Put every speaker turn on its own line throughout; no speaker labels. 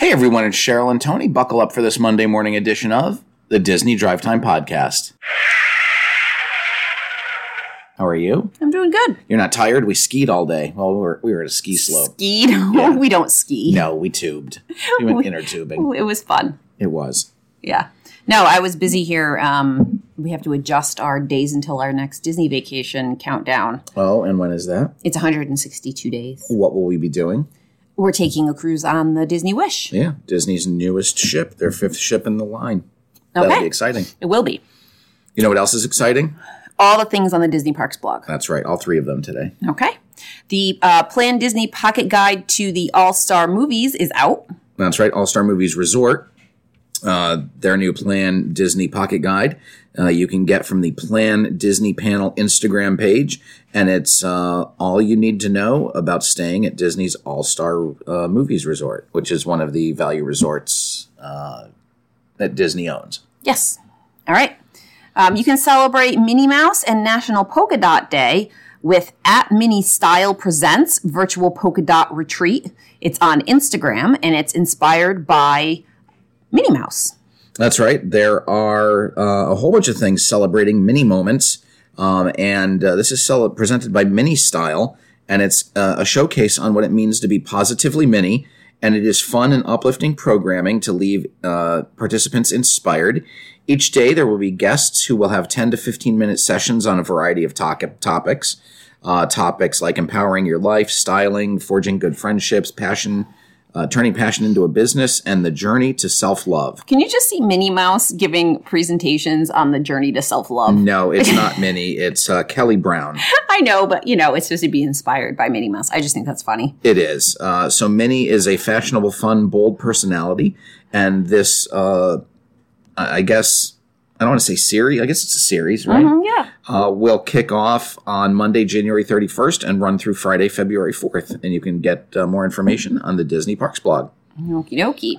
Hey everyone, it's Cheryl and Tony. Buckle up for this Monday morning edition of the Disney Drive Time Podcast. How are you?
I'm doing good.
You're not tired? We skied all day. Well, we were, we were at a ski slope.
Skied.
Yeah.
we don't ski.
No, we tubed. We went
We-
inner tubing.
Ooh, It was fun.
It was.
Yeah. No, I was busy here. Um, we have to adjust our days until our next Disney vacation countdown.
Oh, and when is that?
It's 162 days.
What will we be doing?
We're taking a cruise on the Disney Wish.
Yeah, Disney's newest ship, their fifth ship in the line. That'll
Okay.
be exciting.
It will be.
You know what else is exciting?
All the things on the Disney Parks blog.
That's right, all three of them today.
Okay. The uh, Plan Disney Pocket Guide to the All Star Movies is out.
That's right, All Star Movies Resort. Uh, their new Plan Disney Pocket Guide uh, you can get from the Plan Disney Panel Instagram page, and it's uh, all you need to know about staying at Disney's All Star uh, Movies Resort, which is one of the value resorts uh, that Disney owns.
Yes. All right. Um, you can celebrate Minnie Mouse and National Polka Dot Day with at Minnie Style Presents Virtual Polka Dot Retreat. It's on Instagram and it's inspired by Minnie Mouse.
That's right. There are uh, a whole bunch of things celebrating mini moments, um, and uh, this is cel- presented by Mini Style, and it's uh, a showcase on what it means to be positively mini. And it is fun and uplifting programming to leave uh, participants inspired. Each day, there will be guests who will have 10 to 15 minute sessions on a variety of toc- topics. Uh, topics like empowering your life, styling, forging good friendships, passion, uh, turning passion into a business, and the journey to self love.
Can you just see Minnie Mouse giving presentations on the journey to self love?
No, it's not Minnie. It's uh, Kelly Brown.
I know, but you know, it's supposed to be inspired by Minnie Mouse. I just think that's funny.
It is. Uh, so Minnie is a fashionable, fun, bold personality, and this, uh, I I guess, I don't want to say series. I guess it's a series, right?
yeah.
Uh, will kick off on Monday, January 31st, and run through Friday, February 4th. And you can get uh, more information on the Disney Parks blog.
Okie dokie.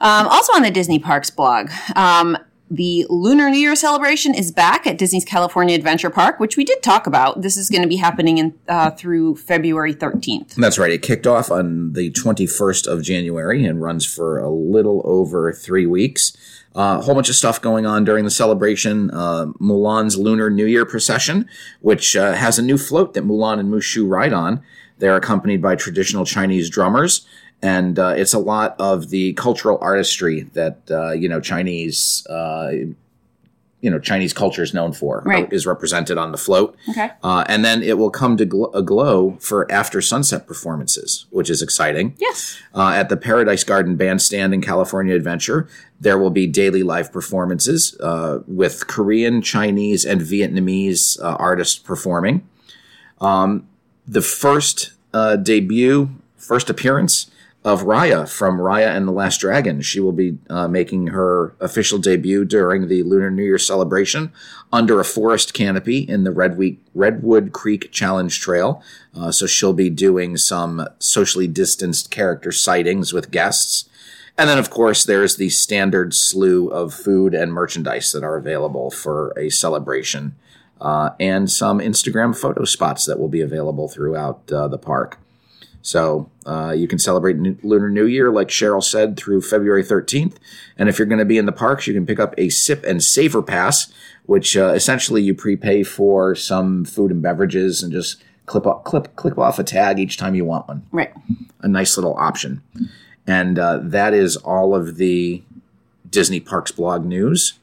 Um, also on the Disney Parks blog, um, the Lunar New Year celebration is back at Disney's California Adventure Park, which we did talk about. This is going to be happening in, uh, through February 13th.
That's right. It kicked off on the 21st of January and runs for a little over three weeks. Uh, A whole bunch of stuff going on during the celebration. Uh, Mulan's Lunar New Year procession, which uh, has a new float that Mulan and Mushu ride on. They're accompanied by traditional Chinese drummers. And uh, it's a lot of the cultural artistry that, uh, you know, Chinese. Uh, you know, Chinese culture is known for
Right.
is represented on the float.
Okay.
Uh, and then it will come to gl- a glow for after sunset performances, which is exciting.
Yes.
Uh, at the Paradise Garden Bandstand in California Adventure, there will be daily live performances uh, with Korean, Chinese, and Vietnamese uh, artists performing. Um, the first uh, debut, first appearance of Raya from Raya and the Last Dragon. She will be uh, making her official debut during the Lunar New Year celebration under a forest canopy in the Redwe- Redwood Creek Challenge Trail. Uh, so she'll be doing some socially distanced character sightings with guests. And then, of course, there's the standard slew of food and merchandise that are available for a celebration, uh, and some Instagram photo spots that will be available throughout uh, the park. So uh, you can celebrate New- Lunar New Year, like Cheryl said, through February 13th. And if you're going to be in the parks, you can pick up a sip and savor pass, which uh, essentially you prepay for some food and beverages and just clip off, clip clip off a tag each time you want one.
Right.
A nice little option. And uh, that is all of the Disney Parks blog news.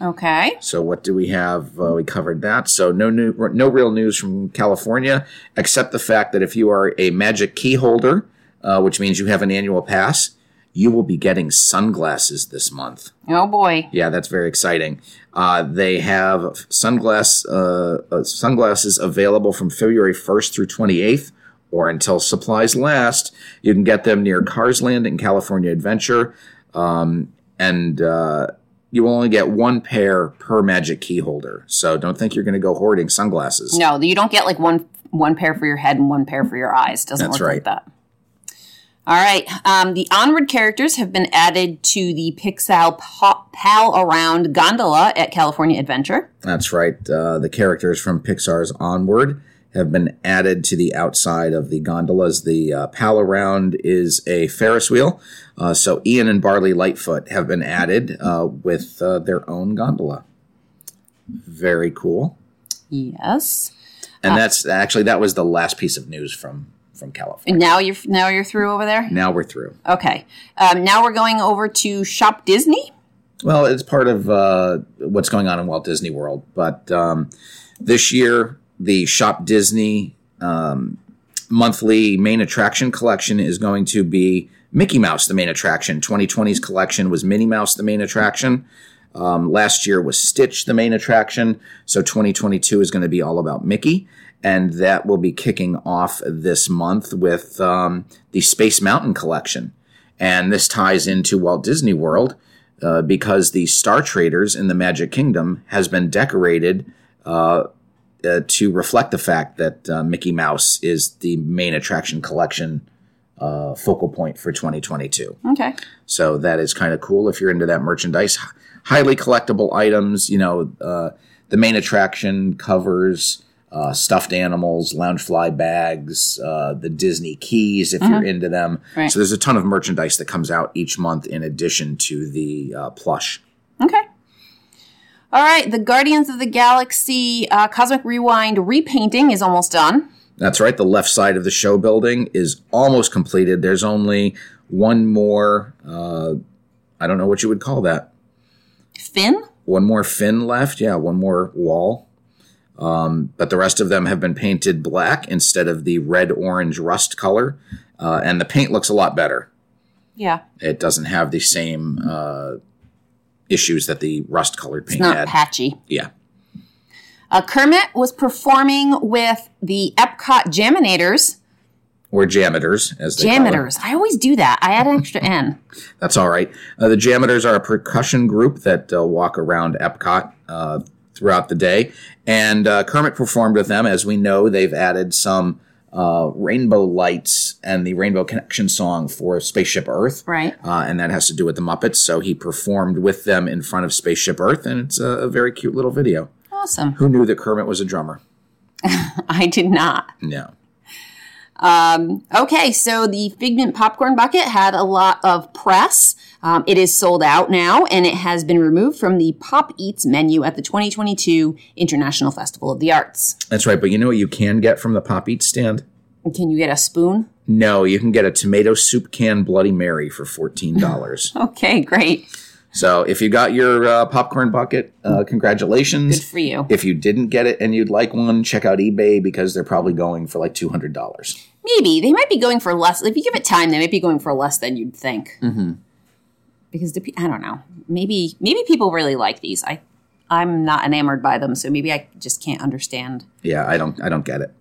Okay.
So what do we have? Uh, we covered that. So no new, no real news from California, except the fact that if you are a Magic Key holder, uh, which means you have an annual pass, you will be getting sunglasses this month.
Oh boy.
Yeah, that's very exciting. Uh, they have sunglass uh, uh, sunglasses available from February 1st through 28th, or until supplies last. You can get them near Cars Land and California Adventure, um, and uh, you will only get one pair per Magic Key holder. So don't think you're going to go hoarding sunglasses.
No, you don't get like one one pair for your head and one pair for your eyes. Doesn't
That's
work
right.
like that. All right. Um, the onward characters have been added to the Pixel Pa- Pal Around gondola at California Adventure.
That's right. Uh, the characters from Pixar's Onward have been added to the outside of the gondolas. The uh, pal around is a Ferris wheel. Uh, so Ian and Barley Lightfoot have been added uh, with uh, their own gondola. Very cool.
Yes.
And that's actually that was the last piece of news from from California.
And now you're now you're through over there.
Now we're through.
Okay. Um, now we're going over to Shop Disney.
Well, it's part of uh, what's going on in Walt Disney World, but um, this year the Shop Disney um, monthly main attraction collection is going to be Mickey Mouse, the main attraction. 2020's collection was Minnie Mouse, the main attraction. Um, last year was Stitch, the main attraction. So 2022 is going to be all about Mickey. And that will be kicking off this month with um, the Space Mountain collection. And this ties into Walt Disney World uh, because the Star Traders in the Magic Kingdom has been decorated uh, uh, to reflect the fact that uh, Mickey Mouse is the main attraction collection uh, focal point for 2022.
Okay.
So that is kind of cool if you're into that merchandise. H- Highly collectible items, you know, uh, the main attraction covers uh, stuffed animals, lounge fly bags, uh, the Disney keys if you're into them.
Right.
So there's a ton of merchandise that comes out each month in addition to the uh, plush.
Okay. All right. The Guardians of the Galaxy uh, Cosmic Rewind repainting is almost done.
That's right. The left side of the show building is almost completed. There's only one more, uh, I don't know what you would call that.
Finn.
One more fin left. Yeah, one more wall. Um, but the rest of them have been painted black instead of the red orange rust color. Uh, and the paint looks a lot better.
Yeah.
It doesn't have the same uh, issues that the rust colored paint
It's not
had.
patchy.
yeah.
Uh, Kermit was performing with the Epcot Jaminators.
Or jameters, as they call them.
Jamiters. I always do that. I add an extra N.
That's all right. Uh, the Jameters are a percussion group that uh, walk around Epcot uh, throughout the day. And uh, Kermit performed with them. As we know, they've added some uh, rainbow lights and the Rainbow Connection song for Spaceship Earth.
Right.
Uh, and that has to do with the Muppets. So he performed with them in front of Spaceship Earth. And it's a, a very cute little video.
Awesome.
Who knew that Kermit was a drummer?
I did not.
No.
Um, okay, so the Figment popcorn bucket had a lot of press. Um, it is sold out now, and it has been removed from the Pop Eats menu at the 2022 International Festival of the Arts.
That's right. But you know what you can get from the Pop Eat stand?
Can you get a spoon?
No, you can get a tomato soup can Bloody Mary for $14.
Okay, great.
So if you got your uh, popcorn bucket, uh,
Good
congratulations.
for you.
If you didn't get it and you'd like one, check out eBay because they're probably going for like two hundred dollars.
Maybe they might be going for less. If you give it time, they might be going for less than you'd think. Mm-hmm. Because the, pe- I don't know. Maybe maybe people really like these. I I'm not enamored by them, so maybe I just can't understand
Yeah, I don't, I don't get it.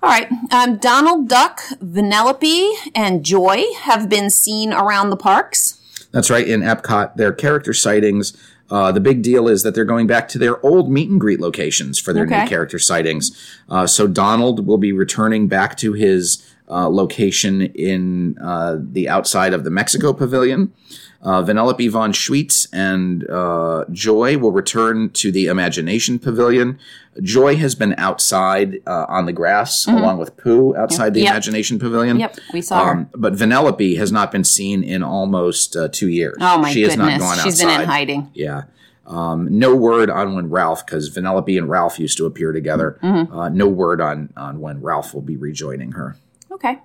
All right. Um, Donald Duck, Vanellope, and Joy have been seen around the parks.
That's right. In Epcot, their character sightings. Uh, the big deal is that they're going back to their old meet and greet locations for their
Okay.
new character sightings. Uh, so Donald will be returning back to his uh, location in uh, the outside of the Mexico Pavilion. Uh, Vanellope von Schweetz and uh, Joy will return to the Imagination Pavilion. Joy has been outside uh, on the grass along with Pooh outside the
Mm-hmm. Yep.
Imagination Pavilion.
Yep, we saw her.
Um, but Vanellope has not been seen in almost uh, two years.
Oh my
she has
goodness,
not gone
she's
outside.
been in hiding.
Yeah. Um, no word on when Ralph, because Vanellope and Ralph used to appear together.
Mm-hmm.
Uh, no word on on when Ralph will be rejoining her.
Okay.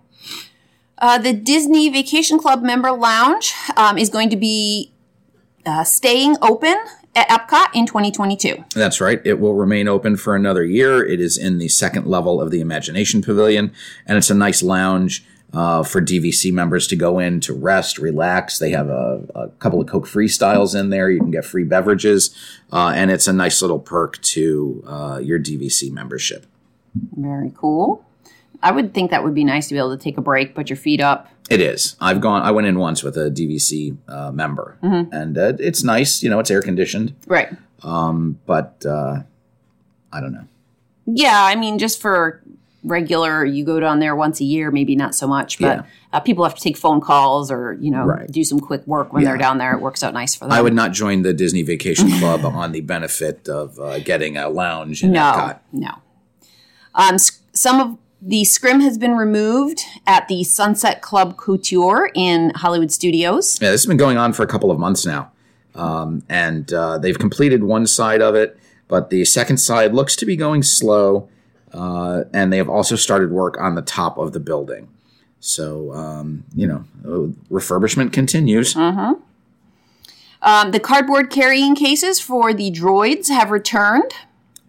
Uh, the Disney Vacation Club member lounge um, is going to be uh, staying open at Epcot in 2022.
That's right. It will remain open for another year. It is in the second level of the Imagination Pavilion, and it's a nice lounge uh, for DVC members to go in to rest, relax. They have a, a couple of Coke freestyles in there. You can get free beverages, uh, and it's a nice little perk to uh, your DVC membership.
Very cool. I would think that would be nice to be able to take a break, put your feet up.
It is. I've gone. I went in once with a DVC uh, member, and uh, it's nice. You know, it's air conditioned,
Right.
but uh, I don't know.
Yeah, I mean, just for regular, you go down there once a year, maybe not so much, but
Yeah.
uh, people have to take phone calls or, you know,
Right.
do some quick work when they're down there. It works out nice for them.
I would not join the Disney Vacation Club on the benefit of uh, getting a lounge in
no,
Epcot.
no. Um, s- some of the scrim has been removed at the Sunset Club Couture in Hollywood Studios.
Yeah, this has been going on for a couple of months now, um, and uh, they've completed one side of it, but the second side looks to be going slow. Uh, and they have also started work on the top of the building. So um, you know, uh, refurbishment continues.
Um, the cardboard carrying cases for the droids have returned.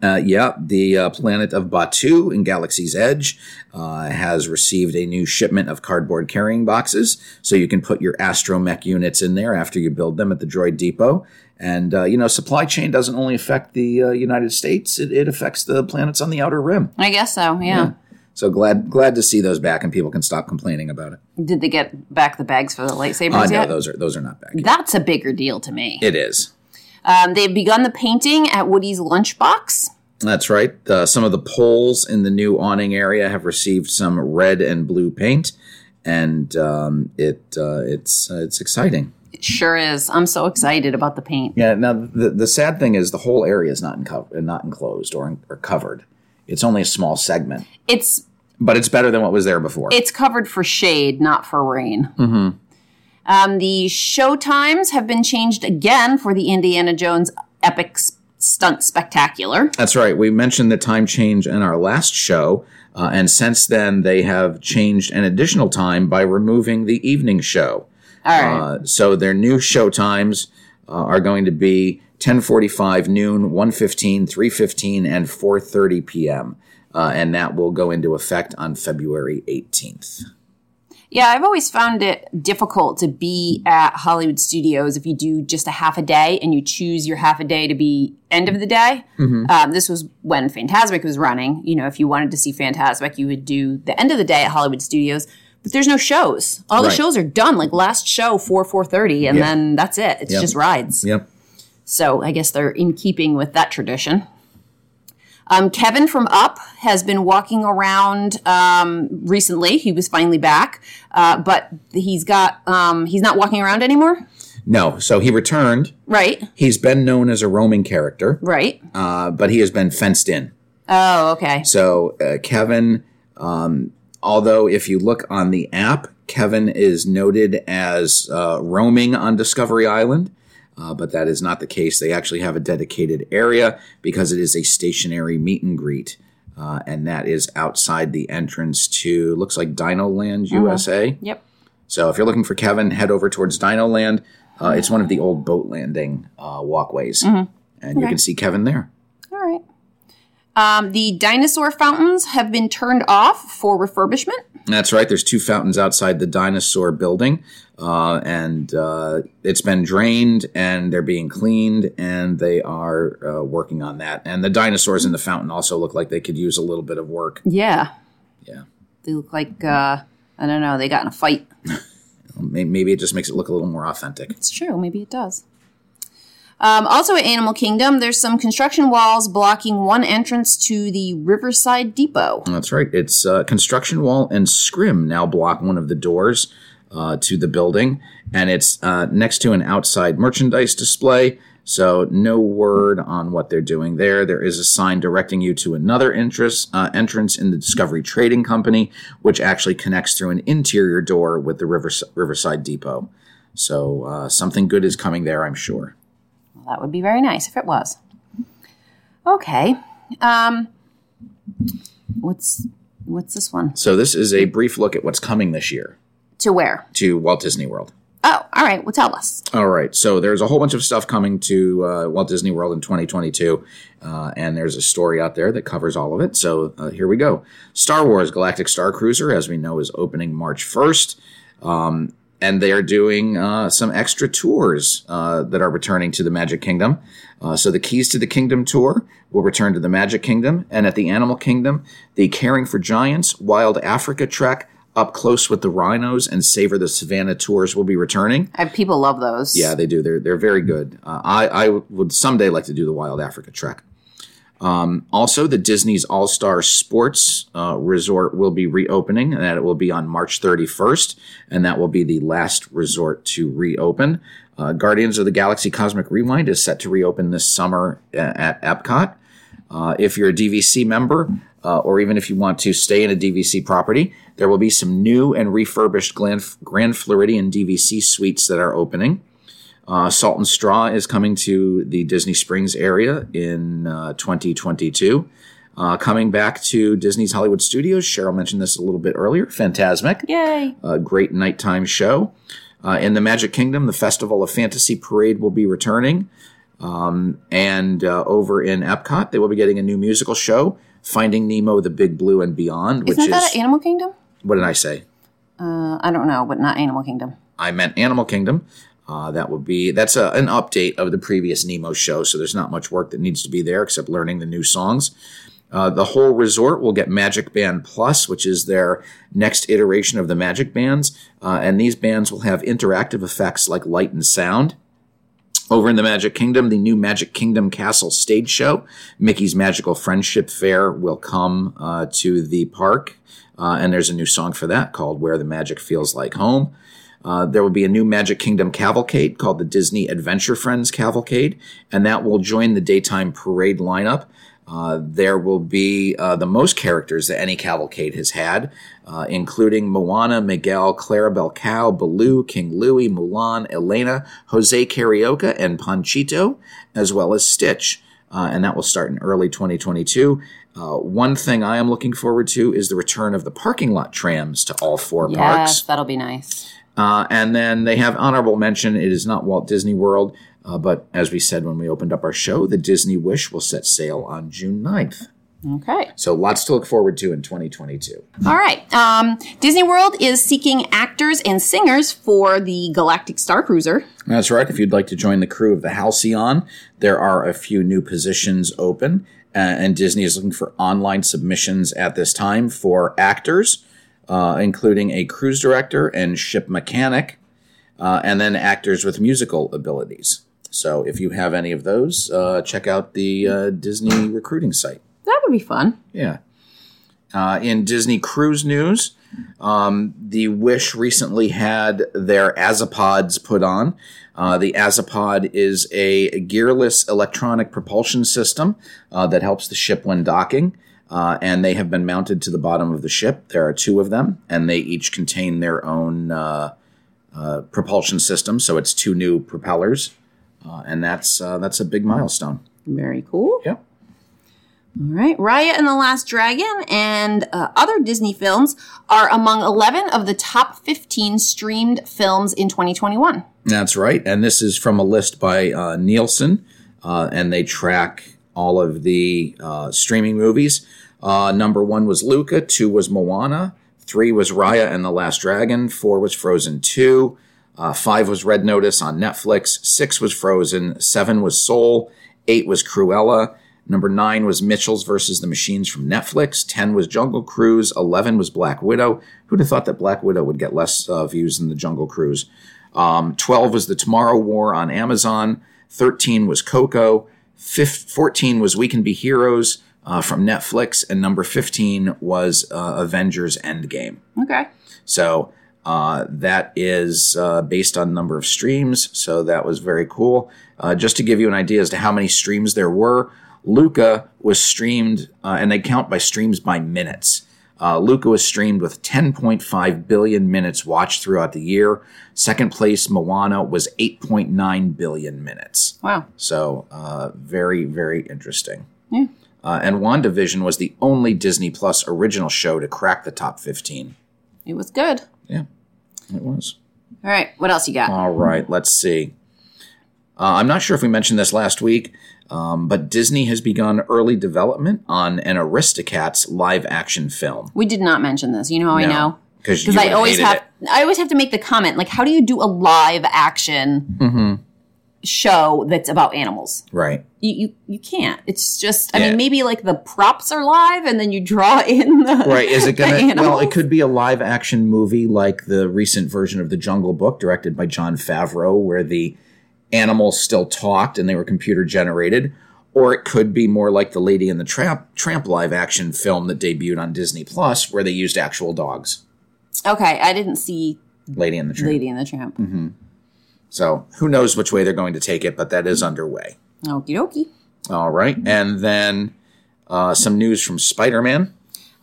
Uh, yeah, the uh, planet of Batu in Galaxy's Edge uh, has received a new shipment of cardboard carrying boxes, so you can put your astromech units in there after you build them at the droid depot. And uh, you know, supply chain doesn't only affect the uh, United States; it, it affects the planets on the outer rim.
I guess so, yeah.
So glad glad to see those back, and people can stop complaining about it.
Did they get back the bags for the lightsabers
Uh, no,
yet?
those are those are not back.
That's a bigger deal to me.
It is.
Um, they've begun the painting at Woody's lunchbox.
That's right. Uh, some of the poles in the new awning area have received some red and blue paint, and um, it uh, it's uh, it's exciting.
It sure is. I'm so excited about the paint.
Yeah. Now the the sad thing is the whole area is not encov- not enclosed or, or covered. It's only a small segment,
It's
but it's better than what was there before.
it's covered for shade, not for rain. Mm-hmm. Um, the show times have been changed again for the Indiana Jones epic s- stunt spectacular.
That's right. We mentioned the time change in our last show, uh, and since then they have changed an additional time by removing the evening show.
All right.
Uh, so their new show times uh, are going to be 10:45 noon, 1:15, 3:15, and 4:30 p.m. Uh, and that will go into effect on February 18th.
Yeah, I've always found it difficult to be at Hollywood Studios if you do just a half a day and you choose your half a day to be end of the day.
Mm-hmm.
Um, this was when Fantasmic was running. You know, if you wanted to see Fantasmic, you would do the end of the day at Hollywood Studios. But there's no shows. All the
Right.
shows are done. Like last show four four thirty, and
Yeah.
then that's it. It's
Yep.
just rides.
Yep.
So I guess they're in keeping with that tradition. Um, Kevin from Up has been walking around um, recently. He was finally back, uh, but he's got um, he's not walking around anymore.
No, so he returned.
Right,
He's been known as a roaming character,
right.
uh, but he has been fenced in.
Oh, okay.
So uh, Kevin, um, although if you look on the app, Kevin is noted as uh, roaming on Discovery Island, uh, but that is not the case. They actually have a dedicated area because it is a stationary meet and greet. Uh, and that is outside the entrance to looks like Dino Land USA.
Yep.
So if you're looking for Kevin, head over towards Dino Land. Uh, it's one of the old boat landing uh, walkways, and you
Okay.
can see Kevin there.
All right. Um, the dinosaur fountains have been turned off for refurbishment.
That's right. There's two fountains outside the dinosaur building, uh, and uh, it's been drained, and they're being cleaned, and they are uh, working on that. And the dinosaurs in the fountain also look like they could use a little bit of work.
Yeah.
Yeah.
They look like uh, I don't know. They got in a fight.
May- Maybe it just makes it look a little more authentic.
It's true. Maybe it does. Um, also at Animal Kingdom, there's some construction walls blocking one entrance to the Riverside Depot.
That's right. It's uh, construction wall and scrim now block one of the doors uh, to the building, and it's uh, next to an outside merchandise display. So no word on what they're doing there. There is a sign directing you to another entrance uh, entrance in the Discovery Trading Company, which actually connects through an interior door with the Rivers- Riverside Depot. So uh, something good is coming there, I'm sure.
Well, that would be very nice if it was. Okay. Um, what's what's this one?
So this is a brief look at what's coming this year
To where?
to Walt Disney World.
Oh, all right. Well, tell us.
All right. So there's a whole bunch of stuff coming to uh, Walt Disney World in 2022, uh, and there's a story out there that covers all of it. So uh, here we go. Star Wars Galactic Star Cruiser, as we know, is opening March 1st. Um, and they are doing uh, some extra tours uh, that are returning to the Magic Kingdom. Uh, so the Keys to the Kingdom tour will return to the Magic Kingdom, and at the Animal Kingdom, the Caring for Giants, Wild Africa trek, Up Close with the Rhinos, and Savor the Savannah tours will be returning.
I, people love those.
Yeah, they do. They're they're very good. Uh, I I would someday like to do the Wild Africa trek. Um, also, the Disney's All Star Sports uh, Resort will be reopening, and that it will be on March 31st, and that will be the last resort to reopen. Uh, Guardians of the Galaxy Cosmic Rewind Uh, is set to reopen this summer a- at Epcot. Uh, if you're a DVC member, uh, or even if you want to stay in a DVC property, there will be some new and refurbished Grand, Grand Floridian DVC suites that are opening. Uh, Salt and Straw is coming to the Disney Springs area in uh, 2022. Uh, coming back to Disney's Hollywood Studios, Cheryl mentioned this a little bit earlier. Fantasmic,
Yay.
a great nighttime show. Uh, in the Magic Kingdom, the Festival of Fantasy Parade will be returning. Um, and uh, over in Epcot, they will be getting a new musical show, Finding Nemo, The Big Blue, and Beyond, which
Isn't that
is.
at Animal Kingdom?
what did I say?
Uh, I don't know, but not Animal Kingdom.
I meant Animal Kingdom. Uh, that would be that's a, an update of the previous Nemo show, so there's not much work that needs to be there except learning the new songs. Uh, the whole resort will get Magic Band Plus, which is their next iteration of the Magic Bands, uh, and these bands will have interactive effects like light and sound. Over in the Magic Kingdom, the new Magic Kingdom Castle stage show, Mickey's Magical Friendship Fair, will come uh, to the park, uh, and there's a new song for that called "Where the Magic Feels Like Home." Uh, there will be a new Magic Kingdom cavalcade called the Disney Adventure Friends Cavalcade, and that will join the daytime parade lineup. Uh, there will be uh, the most characters that any cavalcade has had, uh, including Moana, Miguel, Clarabelle Cow, Baloo, King Louie, Mulan, Elena, Jose Carioca, and Panchito, as well as Stitch. Uh, and that will start in early 2022. Uh, one thing I am looking forward to is the return of the parking lot trams to all four parks.
Yes, that'll be nice.
Uh, and then they have honorable mention. It is not Walt Disney World, uh, but as we said when we opened up our show, the Disney Wish will set sail on June 9th.
Okay.
So lots to look forward to in 2022.
All right. Um, Disney World is seeking actors and singers for the Galactic Star Cruiser.
That's right. If you'd like to join the crew of the Halcyon, there are a few new positions open, uh, and Disney is looking for online submissions at this time for actors, uh, including a cruise director and ship mechanic, uh, and then actors with musical abilities. So if you have any of those, uh, check out the uh, Disney recruiting site.
That would be fun.
Yeah. Uh, in Disney cruise news, um, the Wish recently had their Azapods put on. Uh, the Azapod is a gearless electronic propulsion system uh, that helps the ship when docking. Uh, and they have been mounted to the bottom of the ship. There are two of them, and they each contain their own uh, uh, propulsion system. So it's two new propellers, uh, and that's uh, that's a big milestone.
Very cool.
Yep.
All right. Raya and the Last Dragon and uh, other Disney films are among 11 of the top 15 streamed films in 2021.
That's right. And this is from a list by uh, Nielsen, uh, and they track all of the uh, streaming movies. Uh, number one was Luca, two was Moana, three was Raya and the Last Dragon, four was Frozen 2, uh, five was Red Notice on Netflix, six was Frozen, seven was Soul, eight was Cruella. Number nine was Mitchell's versus the Machines from Netflix. Ten was Jungle Cruise. Eleven was Black Widow. Who'd have thought that Black Widow would get less uh, views than the Jungle Cruise? Um, 12 was The Tomorrow War on Amazon. 13 was Coco. Fif- 14 was We Can Be Heroes uh, from Netflix. And number 15 was uh, Avengers Endgame.
Okay.
So uh, that is uh, based on number of streams. So that was very cool. Uh, just to give you an idea as to how many streams there were, Luca was streamed, uh, and they count by streams by minutes. Uh, Luca was streamed with 10.5 billion minutes watched throughout the year. Second place, Moana was 8.9 billion minutes.
Wow.
So uh, very, very interesting.
Yeah.
Uh, and WandaVision was the only Disney Plus original show to crack the top 15.
It was good.
Yeah, it was.
All right. What else you got?
All right, let's see. Uh, I'm not sure if we mentioned this last week, um, but Disney has begun early development on an Aristocats live action film.
we did not mention this. You know how I know?
because
Because I always have I always have to make the comment like how do you do a live action show that's about animals?
right.
you you, you can't. It's just I
Yeah.
mean maybe like the props are live and then you draw in the
Right, is it
the
gonna? well,
animals.
it could be a live action movie like the recent version of The Jungle Book, directed by John Favreau, where the animals still talked and they were computer generated, or it could be more like the Lady and the Tramp, Tramp live action film that debuted on Disney Plus, where they used actual dogs.
Okay, I didn't see
Lady and the Tramp.
Lady and the Tramp.
So who knows Mm-hmm. which way they're going to take it, but that is underway.
Okie dokie.
All right. And then Uh, some news from Spider Man.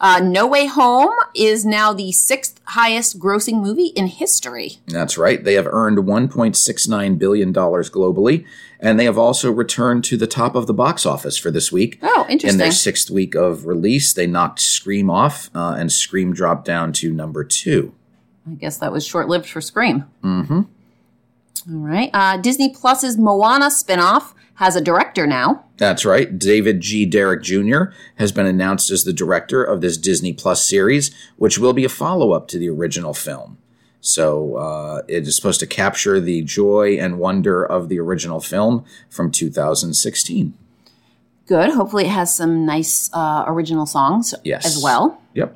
Uh, no Way Home is now the sixth highest grossing movie in history.
That's right. They have earned $1.69 billion globally, and they have also returned to the top of the box office for this week.
Oh,
In
interesting.
their sixth week of release, they knocked Scream off, uh, and Scream dropped down to number two.
I guess that was short lived for Scream. Mm-hmm. All right. Uh, Disney Plus's Moana spinoff has a director now.
That's right. David G. Derrick Jr. has been announced as the director of this Disney Plus series, which will be a follow up to the original film. So uh, it is supposed to capture the joy and wonder of the original film from 2016.
Good. Hopefully, it has some nice uh, original songs
Yes.
as well.
Yep.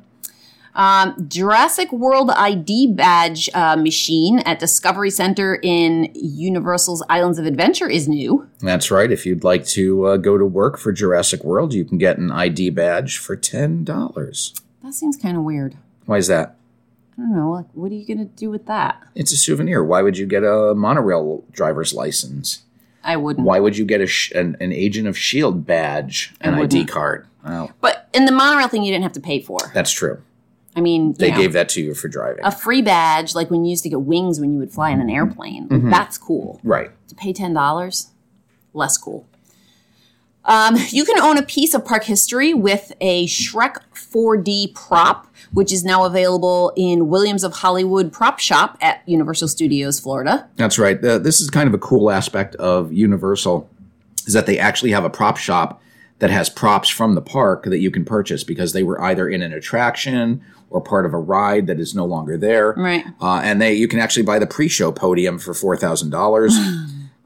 Um, Jurassic World ID badge uh, machine at Discovery Center in Universal's Islands of Adventure is new.
That's right. If you'd like to uh, go to work for Jurassic World, you can get an ID badge for $10.
That seems kind of weird.
Why is that?
I don't know. Like, what are you going to do with that?
It's a souvenir. Why would you get a monorail driver's license?
I wouldn't.
Why would you get a sh- an, an agent of shield E badge an ID
wouldn't.
card? Well,
But in the monorail thing, you didn't have to pay for.
that's true.
I mean, you
They
know,
gave that to you for driving.
a free badge, like when you used to get wings when you would fly in an airplane.
Mm-hmm.
That's cool.
right.
To pay ten dollars, less cool. Um, you can own a piece of park history with a Shrek 4D prop, which is now available in Williams of Hollywood prop shop at Universal Studios Florida.
That's right. The, this is kind of a cool aspect of Universal is that they actually have a prop shop that has props from the park that you can purchase because they were either in an attraction or part of a ride that is no longer there.
Right.
Uh, and they you can actually buy the pre-show podium for four thousand dollars.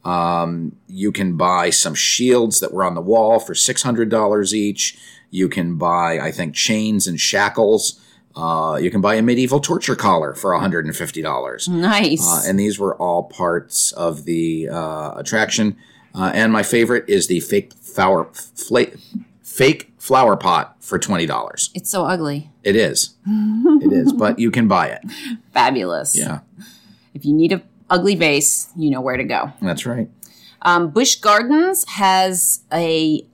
Um, you can buy some shields that were on the wall for six hundred dollars each. You can buy, I think, chains and shackles. Uh, you can buy a medieval torture collar for one hundred and fifty dollars.
Hmm. Nice.
Uh, and these were all parts of the uh, attraction. Uh, and my favorite is the fake flower fla- fake flower pot for twenty dollars.
it's so ugly.
It is, it is, but you can buy it.
Fabulous.
Yeah,
If you need a ugly vase, you know where to go.
that's right.
Um, Bush Gardens has a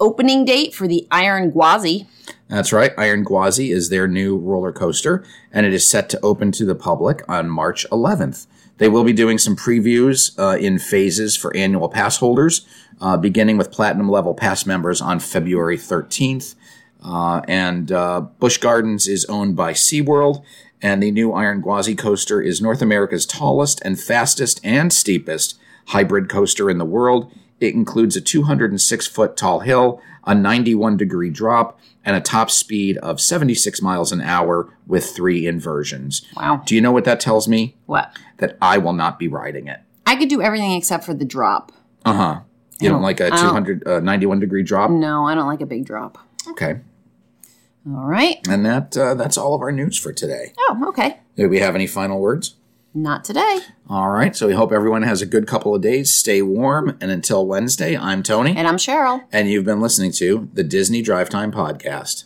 opening date for the Iron Gwazi.
That's right. Iron Gwazi is their new roller coaster, and it is set to open to the public on March 11th. They will be doing some previews uh, in phases for annual pass holders, uh, beginning with platinum level pass members on February 13th. Uh, and uh, Busch Gardens is owned by SeaWorld, and the new Iron Gwazi coaster is North America's tallest and fastest and steepest hybrid coaster in the world. It includes a 206 foot tall hill, a 91 degree drop, and a top speed of 76 miles an hour with three inversions.
Wow.
Do you know what that tells me?
What?
That I will not be riding it.
I could do everything except for the drop.
Uh huh. You don't like a
I don't- Mm.
291 uh, 91 degree drop?
No, I don't like a big drop.
Okay.
All right.
And that uh, that's all of our news for today.
Oh, okay.
Do we have any final words?
Not today.
All right. So we hope everyone has a good couple of days. Stay warm. And until Wednesday, I'm Tony.
And I'm Cheryl.
And you've been listening to the Disney Drive Time Podcast.